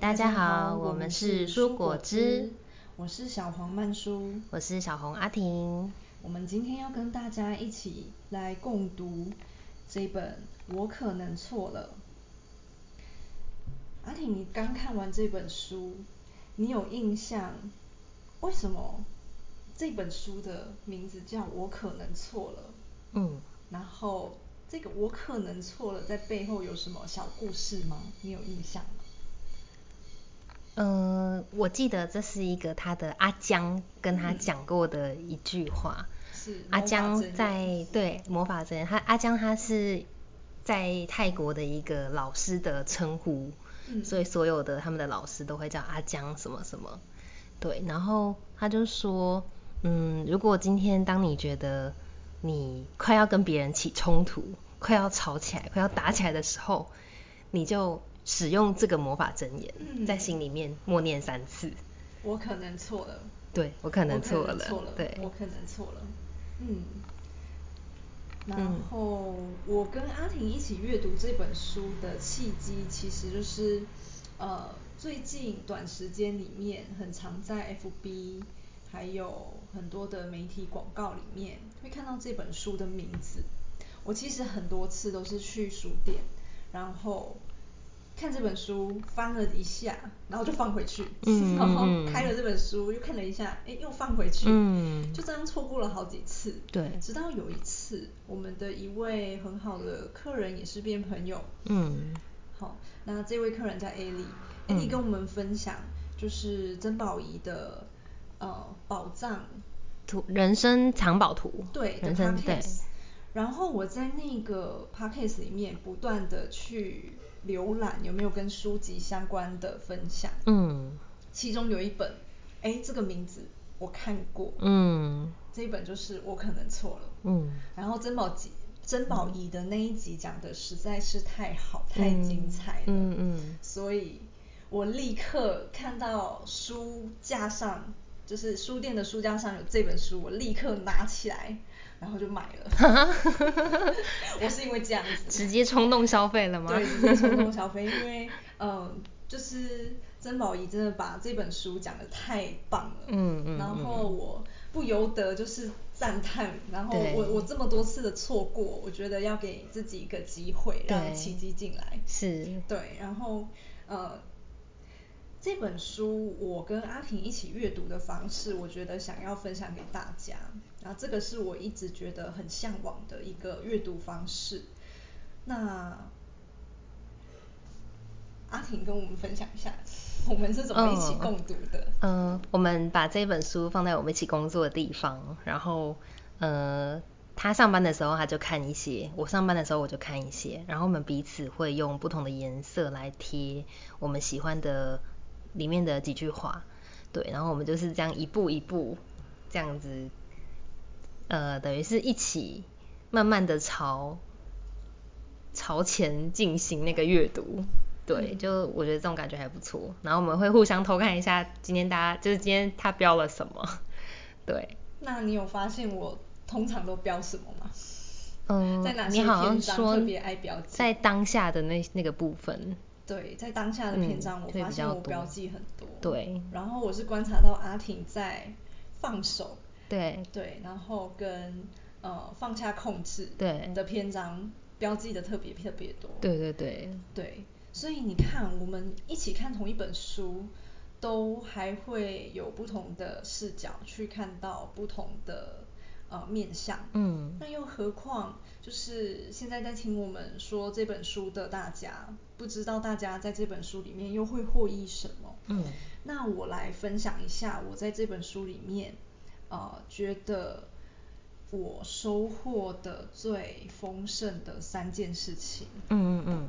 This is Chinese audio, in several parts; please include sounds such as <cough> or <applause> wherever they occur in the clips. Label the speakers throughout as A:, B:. A: 大家好，我们是蔬果汁，
B: 我是小黄曼舒，
A: 我是小红阿婷。
B: 我们今天要跟大家一起来共读这本《我可能错了》。阿婷，你刚看完这本书，你有印象为什么这本书的名字叫《我可能错了》？
A: 嗯，
B: 然后这个“我可能错了”在背后有什么小故事吗？你有印象吗？
A: 嗯，我记得这是一个他的阿江跟他讲过的一句话。
B: 是
A: 阿
B: 魔法
A: 江
B: 真人
A: 在对魔法真人，他阿江他是在泰国的一个老师的称呼，
B: 嗯
A: 所以所有的他们的老师都会叫阿江什么什么。对，然后他就说，嗯，如果今天当你觉得你快要跟别人起冲突，快要吵起来，快要打起来的时候，你就使用这个魔法真言，
B: 嗯
A: 在心里面默念三次。
B: 我可能错了。
A: 对我可能
B: 我
A: 错
B: 可能
A: 了
B: 错了，
A: 对
B: 我可能错了，嗯。然
A: 嗯
B: 后我跟阿婷一起阅读这本书的契机，其实就是呃最近短时间里面，很常在 FB 还有很多的媒体广告里面会看到这本书的名字。我其实很多次都是去书店，然后看这本书翻了一下，然后就放回去，<laughs>
A: 嗯
B: 然后
A: 嗯嗯
B: 开了这本书又看了一下，哎，又放回去，
A: 嗯
B: 就这样错过了好几次。
A: 对
B: 直到有一次，我们的一位很好的客人也是变朋友，
A: 嗯
B: 好，那这位客人叫 a l i
A: 嗯
B: a l i 跟我们分享就是珍宝仪的呃宝藏，
A: 图人生藏宝图，
B: 对，的
A: 人生对
B: podcast。然后我在那个 podcast 里面不断的去浏览有没有跟书籍相关的分享，
A: 嗯
B: 其中有一本，哎，这个名字我看过，
A: 嗯
B: 这一本就是我可能错了，
A: 嗯
B: 然后珍宝集珍宝仪的那一集讲的实在是太好、太精彩了，
A: 嗯嗯
B: 所以我立刻看到书架上，就是书店的书架上有这本书，我立刻拿起来，然后就买了。
A: <laughs>
B: <laughs> 我是因为这样子，
A: 直接冲动消费了吗
B: 对，直接冲动消费，因为嗯，就是曾宝仪真的把这本书讲的太棒了，
A: 嗯嗯
B: 然后我不由得就是赞叹，然后
A: 对
B: 我我这么多次的错过，我觉得要给自己一个机会，让
A: 对
B: 奇迹进来，
A: <laughs> 是
B: 对，然后呃。这本书我跟阿婷一起阅读的方式，我觉得想要分享给大家。然后这个是我一直觉得很向往的一个阅读方式。那阿婷跟我们分享一下，我们是怎么一起共读的？
A: 嗯，我们把这本书放在我们一起工作的地方，然后呃，他上班的时候他就看一些，我上班的时候我就看一些，然后我们彼此会用不同的颜色来贴我们喜欢的里面的几句话，对，然后我们就是这样一步一步这样子，呃，等于是一起慢慢的朝朝前进行那个阅读。对，
B: 嗯
A: 就我觉得这种感觉还不错。然后我们会互相偷看一下今天大家就是今天他标了什么。 <laughs> 对，
B: 那你有发现我通常都标什么吗？
A: 嗯
B: 在哪，些
A: 你好像
B: 篇章
A: 说
B: 特别爱标记？
A: 在当下的那那个部分，
B: 对，在当下的篇章，
A: 嗯
B: 我
A: 会
B: 发
A: 比
B: 现
A: 较
B: 我
A: 多
B: 标记很多。
A: 对
B: 然后我是观察到阿婷在放手，
A: 对
B: 对，然后跟呃放下控制
A: 对
B: 的篇章标记的特别特别多。
A: 对对对，
B: 对，所以你看，我们一起看同一本书，都还会有不同的视角去看到不同的呃面向。
A: 嗯
B: 那又何况就是现在在听我们说这本书的大家，不知道大家在这本书里面又会获益什么？
A: 嗯
B: 那我来分享一下我在这本书里面，呃，觉得我收获的最丰盛的三件事情。
A: 嗯嗯嗯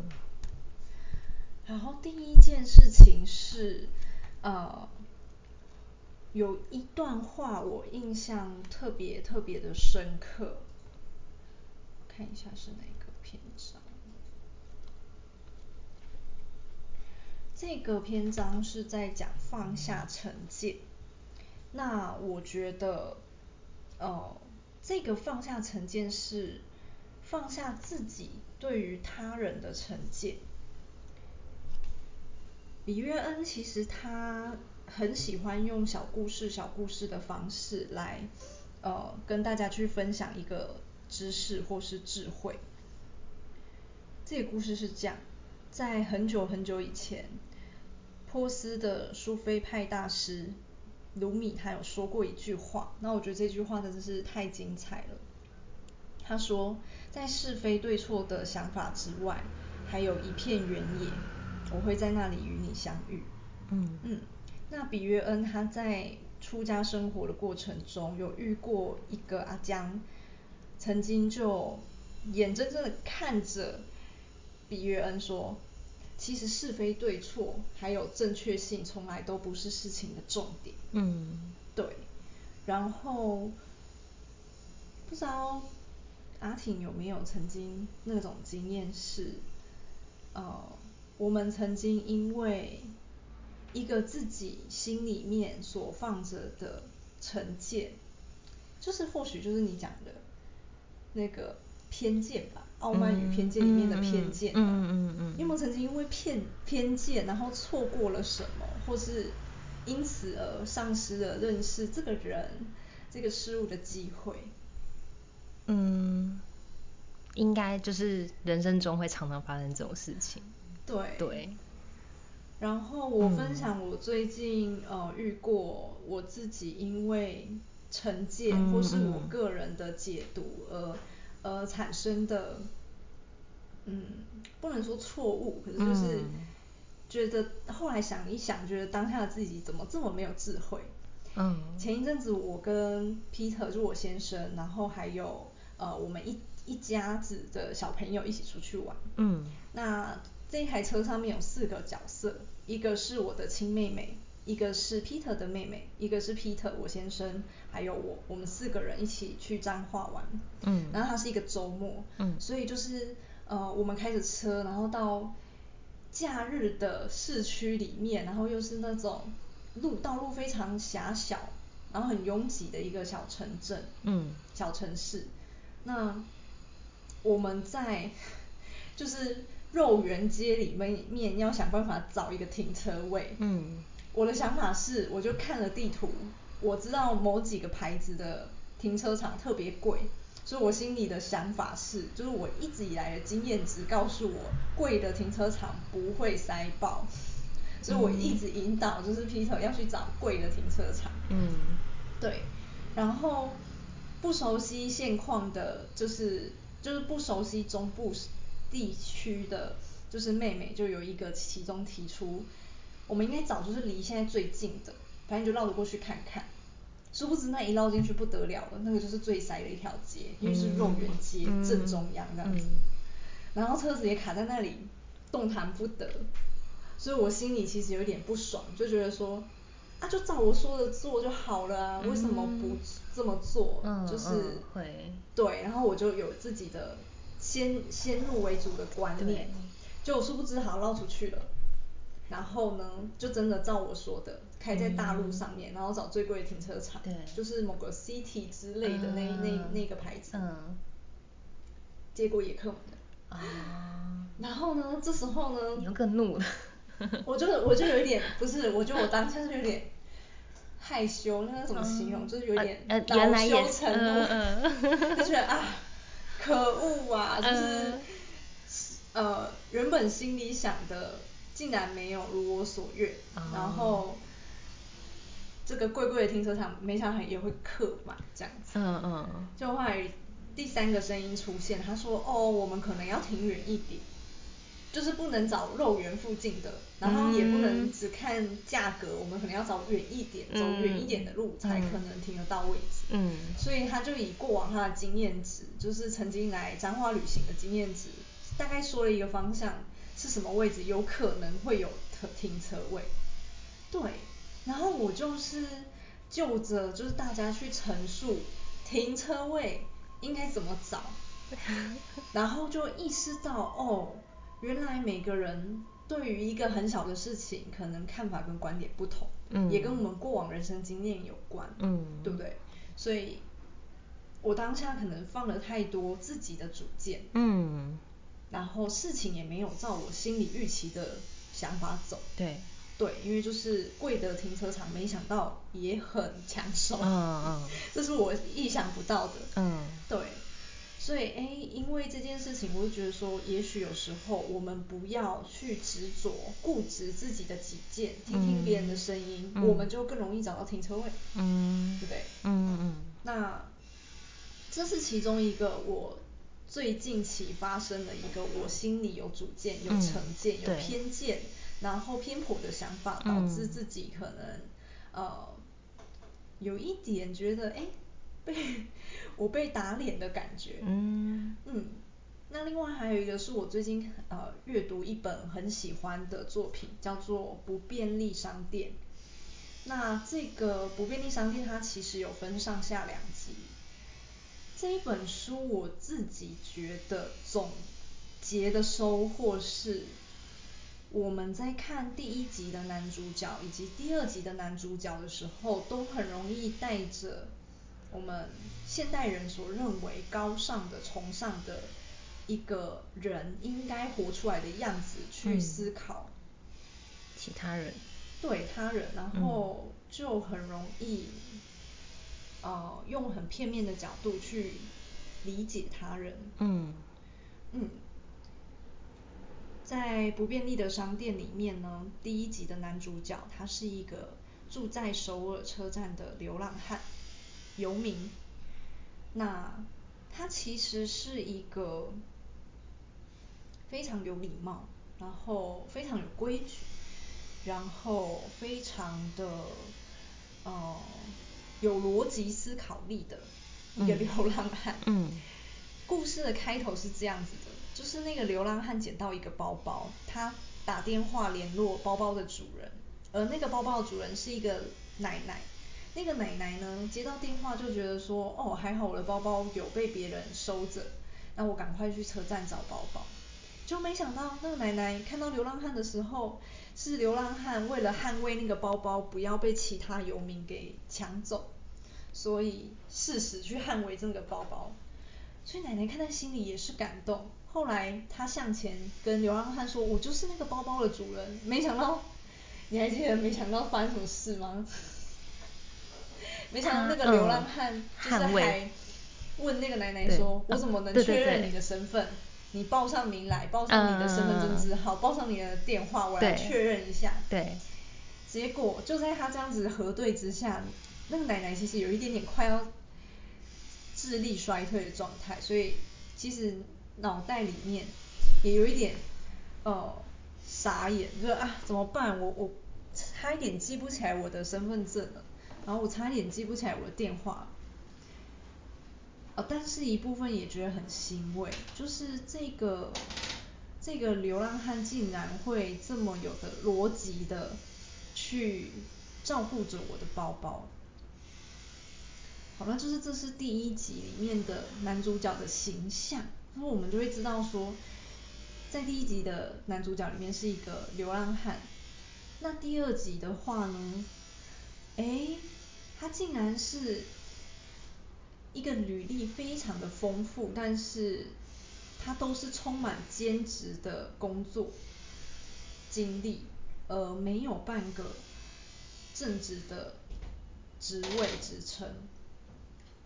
B: 然后第一件事情是，呃，有一段话我印象特别特别的深刻，看一下是哪个篇章。这个篇章是在讲放下成见。那我觉得，呃，这个放下成见是放下自己对于他人的成见。里约恩其实他很喜欢用小故事、小故事的方式来，呃，跟大家去分享一个知识或是智慧。这个故事是这样，在很久很久以前，波斯的苏菲派大师鲁米他有说过一句话，那我觉得这句话真的是太精彩了。他说，在是非对错的想法之外，还有一片原野，我会在那里与你相遇。
A: 嗯
B: 嗯，那比约恩他在出家生活的过程中，有遇过一个阿江，曾经就眼睁睁的看着比约恩说，其实是非对错还有正确性，从来都不是事情的重点。
A: 嗯
B: 对，然后不知道阿挺有没有曾经那种经验是，呃，我们曾经因为一个自己心里面所放着的成见，就是或许就是你讲的那个偏见吧，《傲慢与偏见》里面的偏见吧，
A: 嗯嗯嗯嗯嗯嗯
B: 你有没有曾经因为偏偏见，然后错过了什么，或是因此而丧失了认识这个人、这个事物的机会？
A: 嗯，应该就是人生中会常常发生这种事情。
B: 对
A: 对，
B: 然后我
A: 嗯
B: 分享我最近、呃遇过我自己因为成见
A: 嗯
B: 或是我
A: 嗯
B: 个人的解读而而产生的，嗯，不能说错误，可是就是
A: 嗯
B: 觉得后来想一想，觉得当下的自己怎么这么没有智慧？
A: 嗯
B: 前一阵子我跟 Peter 就是我先生，然后还有呃我们一一家子的小朋友一起出去玩，
A: 嗯
B: 那这一台车上面有四个角色，一个是我的亲妹妹，一个是 Peter 的妹妹，一个是 Peter 我先生，还有我，我们四个人一起去彰化玩。
A: 嗯
B: 然后它是一个周末，
A: 嗯
B: 所以就是呃，我们开着车，然后到假日的市区里面，然后又是那种路道路非常狭小，然后很拥挤的一个小城镇，
A: 嗯
B: 小城市。那我们在 <laughs> 就是肉圆街里面面要想办法找一个停车位。
A: 嗯
B: 我的想法是，我就看了地图，我知道某几个牌子的停车场特别贵，所以我心里的想法是，就是我一直以来的经验值告诉我，贵的停车场不会塞爆，所以我一直引导就是 Peter 要去找贵的停车场。
A: 嗯
B: 对，然后不熟悉现况的，就是就是不熟悉中部地区的，就是妹妹就有一个其中提出，我们应该找就是离现在最近的，反正就绕着过去看看。殊不知那一绕进去不得了了，那个就是最塞的一条街，因为是肉圆街、
A: 嗯
B: 正中央这样子。
A: 嗯
B: 然后车子也卡在那里，动弹不得，所以我心里其实有点不爽，就觉得说，啊，就照我说的做就好了啊，为什么不
A: 嗯
B: 这么做？
A: 嗯
B: 就是、
A: 嗯会
B: 对，然后我就有自己的先先入为主的观念
A: 对，
B: 就殊不知好绕出去了。然后呢，就真的照我说的，开在大路上面，然后找最贵的停车场，
A: 嗯对
B: 就是某个 city 之类的那、
A: 嗯
B: 那那个牌子，
A: 嗯
B: 结果也坑我们。
A: 啊，
B: 然后呢，这时候呢，
A: 你又更怒了。
B: <laughs> 我就我就有一点不是，我觉得我当下就有点害羞，那个怎么形容，
A: 嗯
B: 就是有点
A: 呃
B: 恼
A: 呃原来也
B: 羞成怒，
A: 嗯
B: <laughs>
A: 嗯
B: 就觉得啊，可恶啊，就是
A: 嗯
B: 呃原本心里想的竟然没有如我所愿，然后
A: 哦
B: 这个贵贵的停车场没想到也会客满这样子，
A: 嗯嗯
B: 就后来第三个声音出现，他说：“哦，我们可能要停远一点，就是不能找肉圆附近的，然后也不能
A: 嗯
B: 只看价格，我们可能要找远一点，走远一点的路
A: 嗯
B: 才可能停得到位置。”
A: 嗯
B: 所以他就以过往他的经验值，就是曾经来彰化旅行的经验值，大概说了一个方向是什么位置有可能会有特停车位。对，然后我就是就着就是大家去陈述停车位应该怎么找，
A: <laughs>
B: 然后就意识到哦，原来每个人对于一个很小的事情，可能看法跟观点不同，
A: 嗯
B: 也跟我们过往人生经验有关，
A: 嗯
B: 对不对？所以，我当下可能放了太多自己的主见，
A: <laughs> 嗯，
B: 然后事情也没有照我心里预期的想法走，
A: 对，
B: 对，因为就是贵的停车场，没想到也很抢手，
A: 嗯嗯
B: <laughs> 这是我意想不到的，
A: 嗯
B: 对，所以哎，因为这件事情，我就觉得说，也许有时候我们不要去执着、固执自己的己见，听听别人的声音，
A: 嗯
B: 我们就更容易找到停车位，
A: 嗯
B: 对不对？
A: 嗯嗯
B: 那这是其中一个我最近期发生的一个我心里有主见、有
A: 嗯
B: 成见、有
A: 对
B: 偏见，然后偏颇的想法，导
A: 嗯
B: 致自己可能、呃有一点觉得哎被 <laughs> 我被打脸的感觉。
A: 嗯
B: 嗯，那另外还有一个是我最近呃阅读一本很喜欢的作品，叫做《不便利商店》。那这个《不便利商店》它其实有分上下两集。这一本书我自己觉得总结的收获是，我们在看第一集的男主角以及第二集的男主角的时候，都很容易带着我们现代人所认为高尚的、崇尚的一个人应该活出来的样子去
A: 嗯
B: 思考
A: 其他人
B: 对他人，然后就很容易，呃，用很片面的角度去理解他人。
A: 嗯
B: 嗯，在不便利的商店里面呢，第一集的男主角他是一个住在首尔车站的流浪汉，游民。那他其实是一个非常有礼貌，然后非常有规矩，然后非常的呃有逻辑思考力的一个
A: 嗯
B: 流浪汉。
A: 嗯
B: 故事的开头是这样子的，就是那个流浪汉捡到一个包包，他打电话联络包包的主人，而那个包包的主人是一个奶奶。那个奶奶呢，接到电话就觉得说，哦，还好我的包包有被别人收着，那我赶快去车站找包包。就没想到那个奶奶看到流浪汉的时候，是流浪汉为了捍卫那个包包不要被其他游民给抢走，所以誓死去捍卫这个包包。所以奶奶看在心里也是感动。后来她向前跟流浪汉说：“我就是那个包包的主人。”没想到，你还记得没想到发生什么事
A: <laughs>
B: 吗？没想到那
A: 他
B: 个流
A: 嗯
B: 浪汉就是
A: 捍卫
B: 还问那个奶奶
A: 对
B: 说：“我
A: 啊
B: 怎么能
A: 对
B: 确
A: 对
B: 认
A: 对
B: 你的身份？你报上名来，报上你的身份证字号，
A: 嗯
B: 报上你的电话，我来
A: 对
B: 确认一下。”
A: 对
B: 结果就在他这样子核对之下，那个奶奶其实有一点点快要智力衰退的状态，所以其实脑袋里面也有一点呃傻眼，就是啊怎么办？我 <laughs> 我差一点记不起来我的身份证了，然后我差一点记不起来我的电话。呃，但是一部分也觉得很欣慰，就是这个这个流浪汉竟然会这么有的逻辑的去照顾着我的包包。好了，就是这是第一集里面的男主角的形象，那我们就会知道说，在第一集的男主角里面是一个流浪汉，那第二集的话呢，诶，他竟然是一个履历呃非常的丰富，但是他都是充满兼职的工作经历，呃，没有半个正职的职位职称。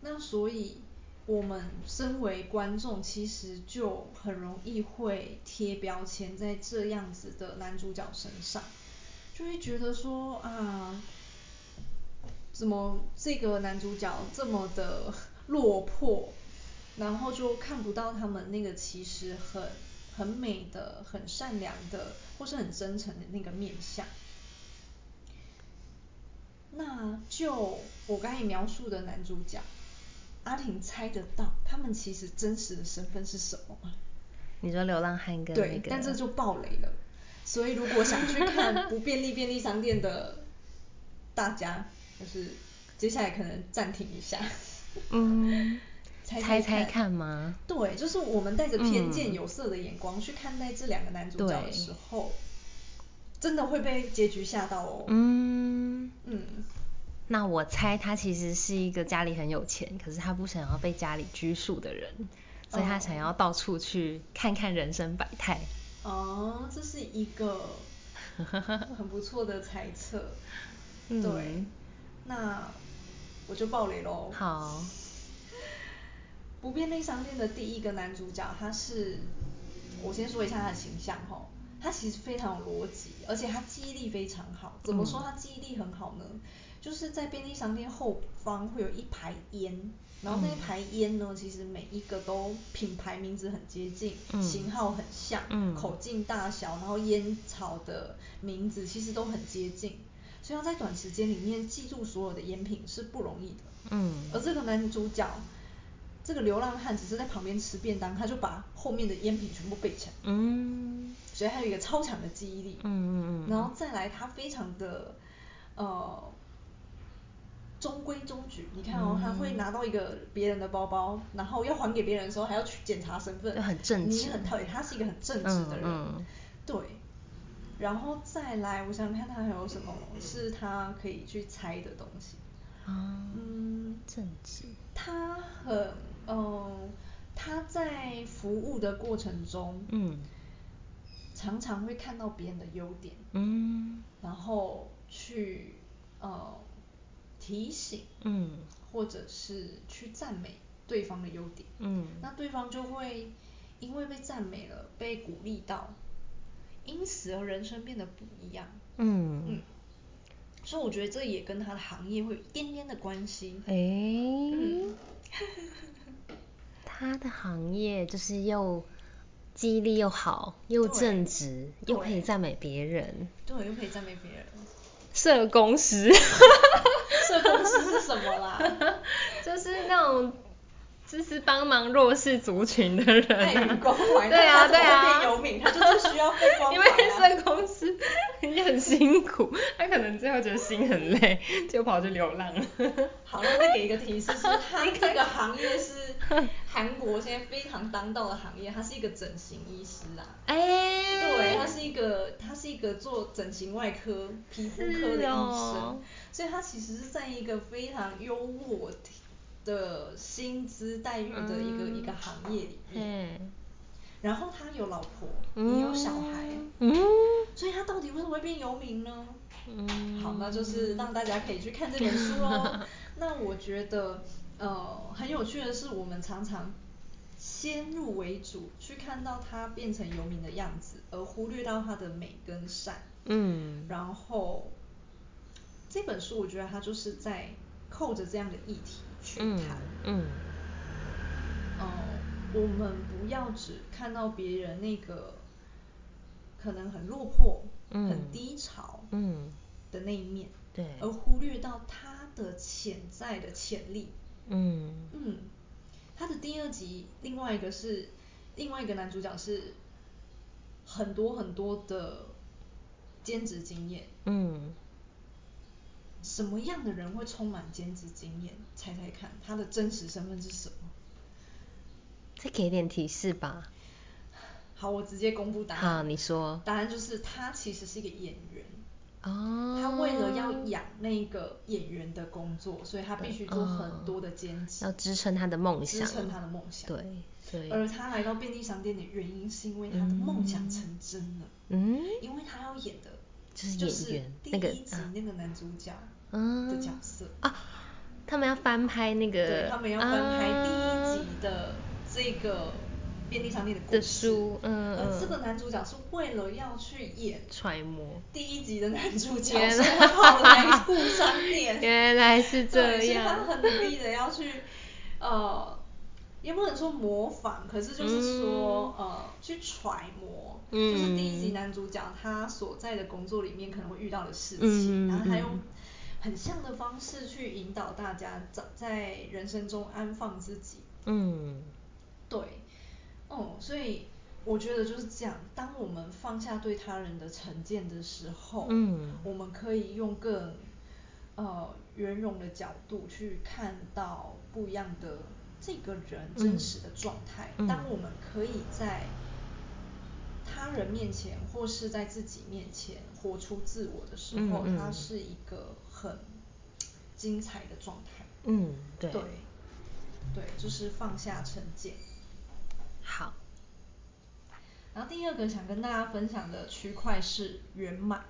B: 那所以我们身为观众，其实就很容易会贴标签在这样子的男主角身上，就会觉得说啊，怎么这个男主角这么的落魄，然后就看不到他们那个其实很很美的、很善良的，或是很真诚的那个面相。那就我刚才描述的男主角，阿婷猜得到他们其实真实的身份是什么吗？
A: 你说流浪汉跟那
B: 对，
A: 个
B: 但这就爆雷了。所以如果想去看
A: <laughs>
B: 《不便利便利商店》的大家，就是接下来可能暂停一下。
A: 嗯
B: 猜
A: 猜
B: 猜
A: 猜
B: 看
A: 看吗？
B: 对，就是我们带着偏见、
A: 嗯
B: 有色的眼光去看待这两个男主角的
A: 对
B: 时候，真的会被结局吓到哦。
A: 嗯，
B: 嗯
A: 那我猜他其实是一个家里很有钱，可是他不想要被家里拘束的人，所以他想要到处去看看人生百态。 <laughs>
B: 哦，这是一个很不错的猜测。
A: 嗯
B: 对，那我就爆雷喽。
A: 好，
B: 不便利商店的第一个男主角，他是我先说一下他的形象吼，他其实非常有逻辑，而且他记忆力非常好。怎么
A: 嗯
B: 说他记忆力很好呢？就是在便利商店后方会有一排烟，然后那一排
A: 嗯
B: 烟呢，其实每一个都品牌名字很接近，
A: 嗯
B: 型号很像，
A: 嗯
B: 口径大小，然后烟草的名字其实都很接近。所以要在短时间里面记住所有的烟品是不容易的。
A: 嗯
B: 而这个男主角，这个流浪汉只是在旁边吃便当，他就把后面的烟品全部背起来，
A: 嗯
B: 所以他有一个超强的记忆力。
A: 嗯嗯嗯
B: 然后再来，他非常的呃中规中矩。你看哦，他会
A: 嗯
B: 拿到一个别人的包包，然后要还给别人的时候，还要去检查身份，
A: 就很正直
B: 你很讨厌，他是一个很正直
A: 嗯
B: 的人。
A: 嗯
B: 对。然后再来，我想想看他还有什么是他可以去猜的东西。
A: 啊，
B: 嗯，
A: 正直，
B: 他很，嗯，他在服务的过程中，
A: 嗯
B: 常常会看到别人的优点，
A: 嗯
B: 然后去呃提醒，
A: 嗯
B: 或者是去赞美对方的优点，
A: 嗯
B: 那对方就会因为被赞美了，被鼓励到，因此而人生变得不一样，
A: 嗯，
B: 所以我觉得这也跟他的行业会有一点点的关系。
A: 哎
B: 嗯
A: <laughs> 诶，他的行业就是又记忆力又好，又
B: 对
A: 正直，又可以
B: 对
A: 赞美别人，
B: 对，又可以赞美别人。 <laughs>
A: 社工 <laughs> 师。
B: 社工师是什么 <laughs> 啦？
A: 就是那种就是帮忙弱势族群的人、
B: 爱与关怀
A: 对
B: 那他
A: 啊
B: 怎么
A: 对啊，
B: 会变游民他就是需要被关怀啊
A: <laughs> 因为社工师也很辛苦，他可能最后觉得心很累，就跑去流浪了。
B: 好，那再给一个提 <laughs> 示是，它这个行业是韩国现在非常当道的行业，它是一个整形医师啊。
A: 哎、
B: 对，他是一个，他是一个做整形外科、皮肤科的医
A: 是
B: 生，
A: 哦
B: 所以他其实是在一个非常优渥的薪资待遇的一个、一个行业里面。
A: 嗯
B: 然后他有老婆，也有小孩，
A: 嗯
B: 所以他到底为什么会变游民呢？
A: 嗯
B: 好，那就是让大家可以去看这本书
A: <laughs>
B: 喽。那我觉得，呃，很有趣的是，我们常常先入为主去看到他变成游民的样子，而忽略到他的美跟善。
A: 嗯
B: 然后这本书，我觉得它就是在扣着这样的议题去
A: 嗯
B: 谈。
A: 嗯
B: 呃，我们不要只看到别人那个可能很落魄、
A: 嗯
B: 很低潮
A: 嗯
B: 的那一面，
A: 对
B: 而忽略到他的潜在的潜力。
A: 嗯
B: 嗯，他的第二集另外一个是另外一个男主角是很多很多的兼职经验，
A: 嗯
B: 什么样的人会充满兼职经验？猜猜看，他的真实身份是什么？
A: 再给点提示吧。
B: 好，我直接公布答案。
A: 好，你说。
B: 答案就是他其实是一个演员，
A: 哦。
B: 他为了要养那个演员的工作，所以他必须做
A: 哦
B: 很多的兼职，
A: 要支撑他的梦想，
B: 支撑他的梦想。
A: 对，所以，
B: 而他来到便利商店的原因是因为他的梦想成真了，
A: 嗯
B: 因为他要演的
A: 就是演员
B: 第
A: 那个
B: 一集
A: 啊
B: 那个男主角
A: 嗯
B: 的角色，
A: 啊，他们要翻拍那
B: 对
A: 个，
B: 他们要翻拍
A: 啊
B: 第一集的这个便利商店的故
A: 的
B: 事呃
A: 书嗯
B: 而这
A: 嗯
B: 个男主角是为了要去演
A: 揣摩，
B: 第一集的男主角，
A: 原
B: 所以
A: 来
B: 他 <laughs> 跑来故商店。
A: <laughs> 原来是这
B: 对所以
A: 样
B: 他很努力的要去，呃，也不能说模仿，可是就是说、呃，去揣摩，就是第一集
A: 嗯
B: 男主角他所在的工作里面可能会遇到的事
A: 嗯
B: 情，然后他
A: 嗯
B: 用很像的方式去引导大家在在人生中安放自己。
A: 嗯
B: 对，哦，所以我觉得就是这样。当我们放下对他人的成见的时候，
A: 嗯
B: 我们可以用更呃圆融的角度去看到不一样的这个人真实的状态。
A: 嗯
B: 当我们可以在他人面前或是在自己面前活出自我的时候，
A: 嗯嗯
B: 它是一个很精彩的状态。
A: 嗯，对，
B: 对，对，就是放下成见。
A: 好，
B: 然后第二个想跟大家分享的区块是圆满。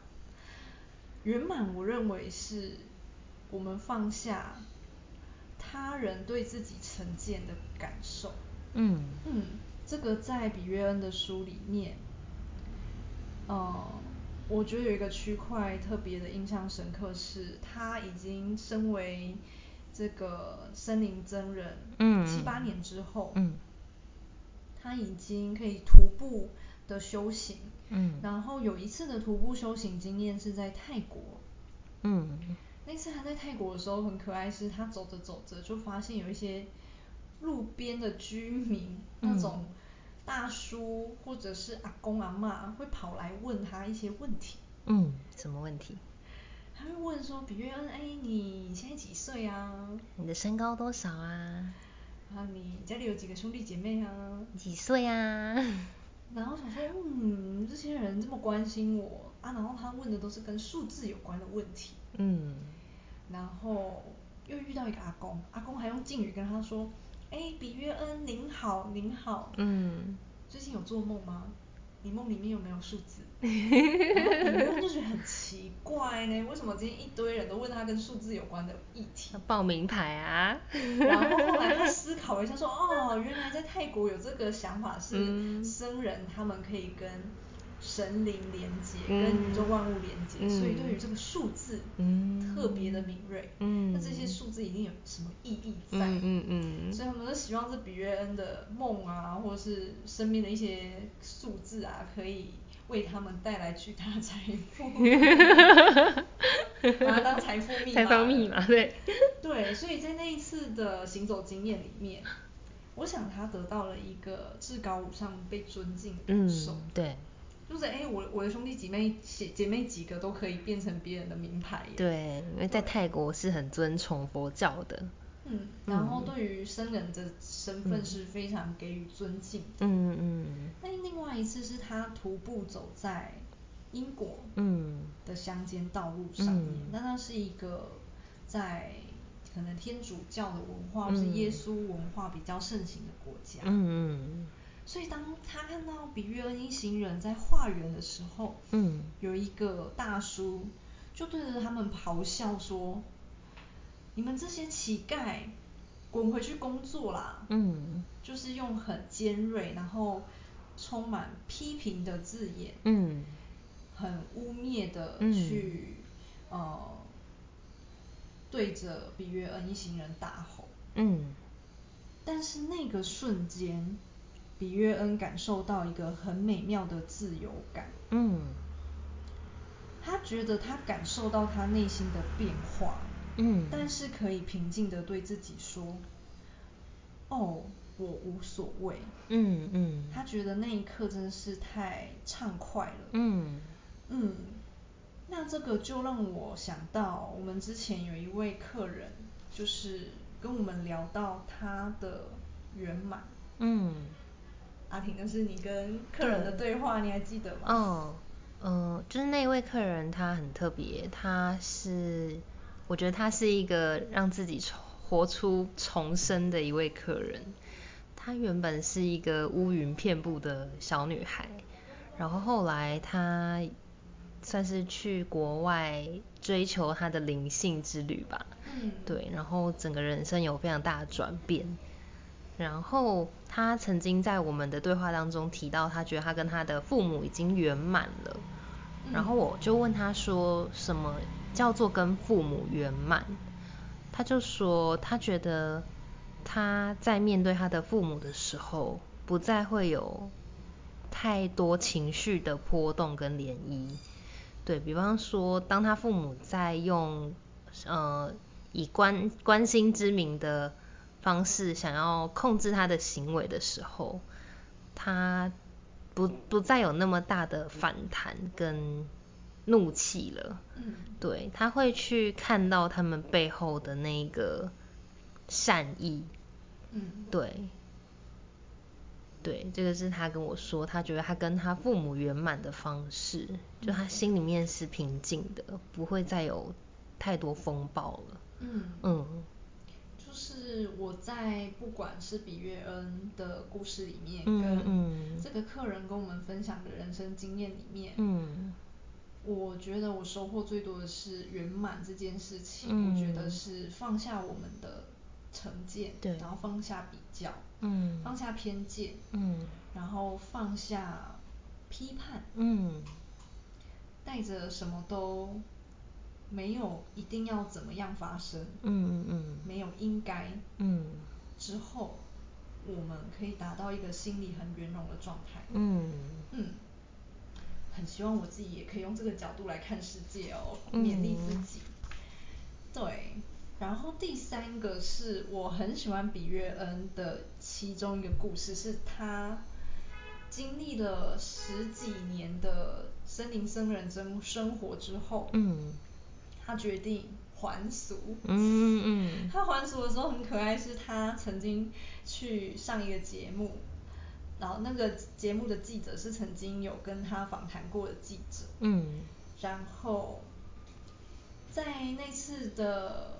B: 圆满，我认为是我们放下他人对自己成见的感受。
A: 嗯
B: 嗯，这个在比约恩的书里面，呃，我觉得有一个区块特别的印象深刻是，他已经身为这个森林真人，
A: 嗯
B: 七八年之后，
A: 嗯，
B: 他已经可以徒步的修行，
A: 嗯
B: 然后有一次的徒步修行经验是在泰国，
A: 嗯
B: 那次他在泰国的时候很可爱，是他走着走着就发现有一些路边的居民、
A: 嗯
B: 那种大叔或者是阿公阿嬷会跑来问他一些问题，
A: 嗯，什么问题？
B: 他会问说：“比约恩，哎，你现在几岁啊？
A: 你的身高多少啊？
B: 啊，你家里有几个兄弟姐妹啊？”
A: 几
B: <laughs>
A: 岁啊？
B: 然后想说，嗯，这些人这么关心我啊，然后他问的都是跟数字有关的问题，
A: 嗯
B: 然后又遇到一个阿公，阿公还用敬语跟他说：“哎，比约恩，您好，您好，
A: 嗯
B: 最近有做梦吗？你梦里面有没有数字？”然后比约恩就觉得很奇怪呢，为什么今天一堆人都问他跟数字有关的议题
A: 要？报名牌
B: <laughs>
A: 啊。 <laughs>
B: 然后后来他思考了一下说，哦，原来在泰国有这个想法是
A: 嗯
B: 僧人他们可以跟神灵连接，
A: 嗯
B: 跟宇宙万物连接，
A: 嗯
B: 所以对于这个数字
A: 嗯
B: 特别的敏锐。
A: 嗯
B: 那这些数字一定有什么意义在？
A: 嗯嗯嗯
B: 所以他们都希望这比约恩的梦啊，或者是身边的一些数字啊，可以为他们带来巨大的财
A: <laughs>
B: 富， <laughs> 把它当财富密码。
A: 财富密
B: <laughs>
A: 码对。
B: 对，所以在那一次的行走经验里面，我想他得到了一个至高无上被尊敬的感
A: 嗯
B: 受。，
A: 对
B: 就是哎、我我的兄弟姐妹姐姐妹几个都可以变成别人的名牌耶。
A: 对，因为在泰国是很尊崇佛教的。
B: 嗯，然后对于僧人的身份是非常给予尊敬的。
A: 嗯嗯
B: 那另外一次是他徒步走在英国
A: 嗯
B: 的乡间道路上面
A: 嗯，
B: 那它是一个在可能天主教的文化或是耶稣文化比较盛行的国家。
A: 嗯
B: 所以当他看到比约恩一行人在化缘的时候，
A: 嗯
B: 有一个大叔就对着他们咆哮说：“你们这些乞丐，滚回去工作啦！”
A: 嗯
B: 就是用很尖锐，然后充满批评的字眼，
A: 嗯
B: 很污蔑的
A: 嗯
B: 去、呃对着比约恩一行人大吼。
A: 嗯
B: 但是那个瞬间，比约恩感受到一个很美妙的自由感，
A: 嗯
B: 他觉得他感受到他内心的变化，
A: 嗯，
B: 但是可以平静的对自己说：“哦，我无所谓。”
A: 嗯嗯，
B: 他觉得那一刻真是太畅快了。
A: 嗯
B: 嗯，那这个就让我想到我们之前有一位客人，就是跟我们聊到他的圆满。
A: 嗯
B: 阿婷，那是你跟客人的对话，你还记得吗？
A: 哦。嗯，就是那位客人他很特别，他是我觉得他是一个让自己重活出重生的一位客人。她原本是一个乌云遍布的小女孩，然后后来她算是去国外追求她的灵性之旅吧。
B: 嗯
A: 对，然后整个人生有非常大的转变。然后他曾经在我们的对话当中提到，他觉得他跟他的父母已经圆满了。然后我就问他说，什么叫做跟父母圆满？他就说，他觉得他在面对他的父母的时候，不再会有太多情绪的波动跟涟漪。对比方说，当他父母在用呃以关关心之名的方式想要控制他的行为的时候，他不不再有那么大的反弹跟怒气了。
B: 嗯
A: 对，他会去看到他们背后的那个善意。
B: 嗯，
A: 对，对，这个是他跟我说，他觉得他跟他父母圆满的方式，就他心里面是平静的，不会再有太多风暴了。
B: 嗯，
A: 嗯
B: 就是是我在不管是比约恩的故事里面，
A: 嗯嗯
B: 跟这个客人跟我们分享的人生经验里面，
A: 嗯
B: 我觉得我收获最多的是圆满这件事情，
A: 嗯
B: 我觉得是放下我们的成见，
A: 对
B: 然后放下比较，
A: 嗯
B: 放下偏见，
A: 嗯
B: 然后放下批判，
A: 嗯
B: 带着什么都没有一定要怎么样发生，
A: 嗯嗯
B: 没有应该
A: 嗯
B: 之后，我们可以达到一个心理很圆融的状态。
A: 嗯
B: 嗯，很希望我自己也可以用这个角度来看世界哦，
A: 嗯
B: 勉励自己。对，然后第三个是我很喜欢比约恩的其中一个故事，是他经历了十几年的森林僧人生生活之后，
A: 嗯
B: 他决定还俗。
A: 嗯嗯
B: 他还俗的时候很可爱，是他曾经去上一个节目，然后那个节目的记者是曾经有跟他访谈过的记者，
A: 嗯
B: 然后在那次的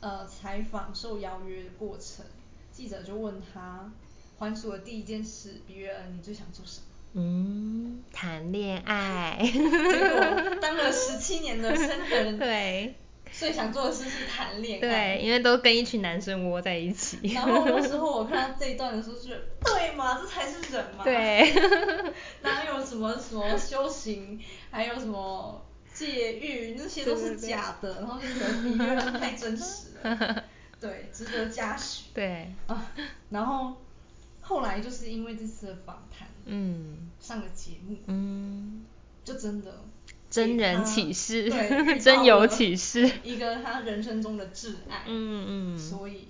B: 呃采访受邀约的过程，记者就问他还俗的第一件事，比约恩你最想做什么？
A: 嗯，谈恋爱， <laughs>
B: 结果当了十七年的生人，
A: 对
B: 最想做的事是谈恋爱。
A: 对，因为都跟一群男生窝在一起， <laughs>
B: 然后那时候我看到这一段的时候，就觉得对嘛，这才是人嘛。
A: 对，
B: <laughs> 哪有什么什么修行，还有什么戒欲，那些都是假的。然后就觉得比约翰太真实
A: <laughs>
B: 了，对，值得嘉许。
A: 对，
B: 啊，然后后来就是因为这次的访谈，
A: 嗯
B: 上了节目，
A: 嗯，
B: 就真的
A: 真人
B: 给他
A: 启示
B: 对，
A: <laughs> 真有
B: 有
A: 启示
B: 一个他人生中的挚爱，
A: 嗯嗯
B: 所以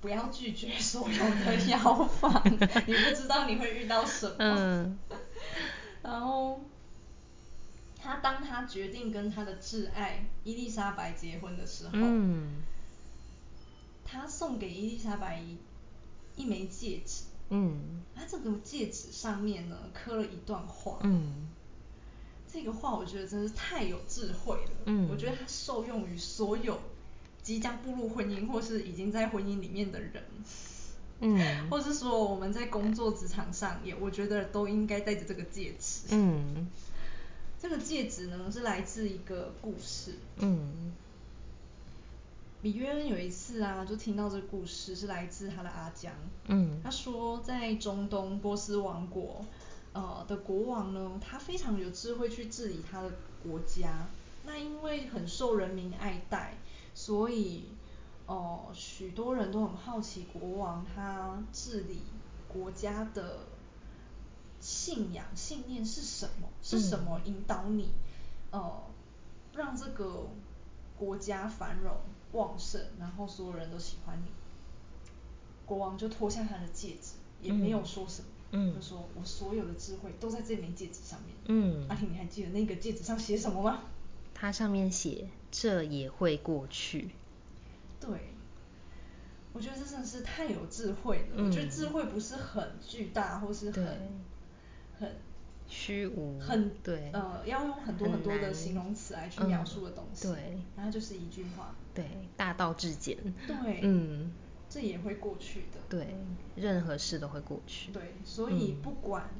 B: 不要拒绝所有的邀访，你不知道你会遇到什么，
A: 嗯
B: <laughs> 然后他当他决定跟他的挚爱伊丽莎白结婚的时候，
A: 嗯
B: 他送给伊丽莎白一一枚戒指，
A: 嗯
B: 他这个戒指上面呢刻了一段话，
A: 嗯
B: 这个话我觉得真是太有智慧了，
A: 嗯
B: 我觉得它受用于所有即将步入婚姻或是已经在婚姻里面的人，
A: 嗯
B: 或是说我们在工作职场上也，我觉得都应该带着这个戒指。
A: 嗯
B: 这个戒指呢是来自一个故事，
A: 嗯
B: 李约恩有一次啊，就听到这个故事是来自他的阿江，
A: 嗯
B: 他说在中东波斯王国，呃的国王呢，他非常有智慧去治理他的国家。那因为很受人民爱戴，所以哦、呃许多人都很好奇国王他治理国家的信仰信念是什么，是什么引导你，呃，让这个国家繁荣旺盛，然后所有人都喜欢你。国王就脱下他的戒指，也没有说什么，
A: 嗯
B: 就说我所有的智慧都在这枚戒指上面。
A: 嗯
B: 阿婷，你还记得那个戒指上写什么吗？
A: 它上面写这也会过去，
B: 对，我觉得这真的是太有智慧了。我觉得智慧不是很巨大，或是
A: 嗯对
B: 很很
A: 虚无，
B: 很
A: 对，
B: 呃，要用很多
A: 很
B: 很多的
A: 难
B: 形容词来去
A: 嗯
B: 描述的东西。
A: 对
B: 然后就是一句话，
A: 对，大道至简，
B: 对
A: 嗯，
B: 这也会过去的。
A: 对，任何事都会过去，
B: 对，所以
A: 嗯
B: 不管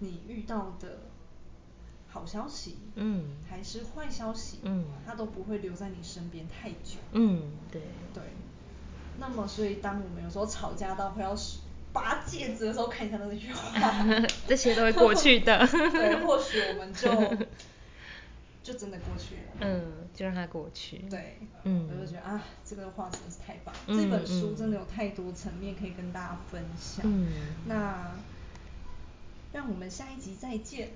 B: 你遇到的好消息，
A: 嗯
B: 还是坏消息，
A: 嗯
B: 它都不会留在你身边太久。
A: 嗯，对，
B: 对。那么，所以当我们有时候吵架到快要拔戒指的时候，看一下那句话
A: <laughs> ，这些都会过去的
B: <laughs> 对，或许我们就 <laughs> 就真的过去了。
A: 嗯，就让它过去，
B: 对，
A: 嗯
B: 我就觉得啊，这个话真的是太棒了，
A: 嗯
B: 这本书
A: 嗯
B: 真的有太多层面可以跟大家分享。
A: 嗯
B: 那让我们下一集再见，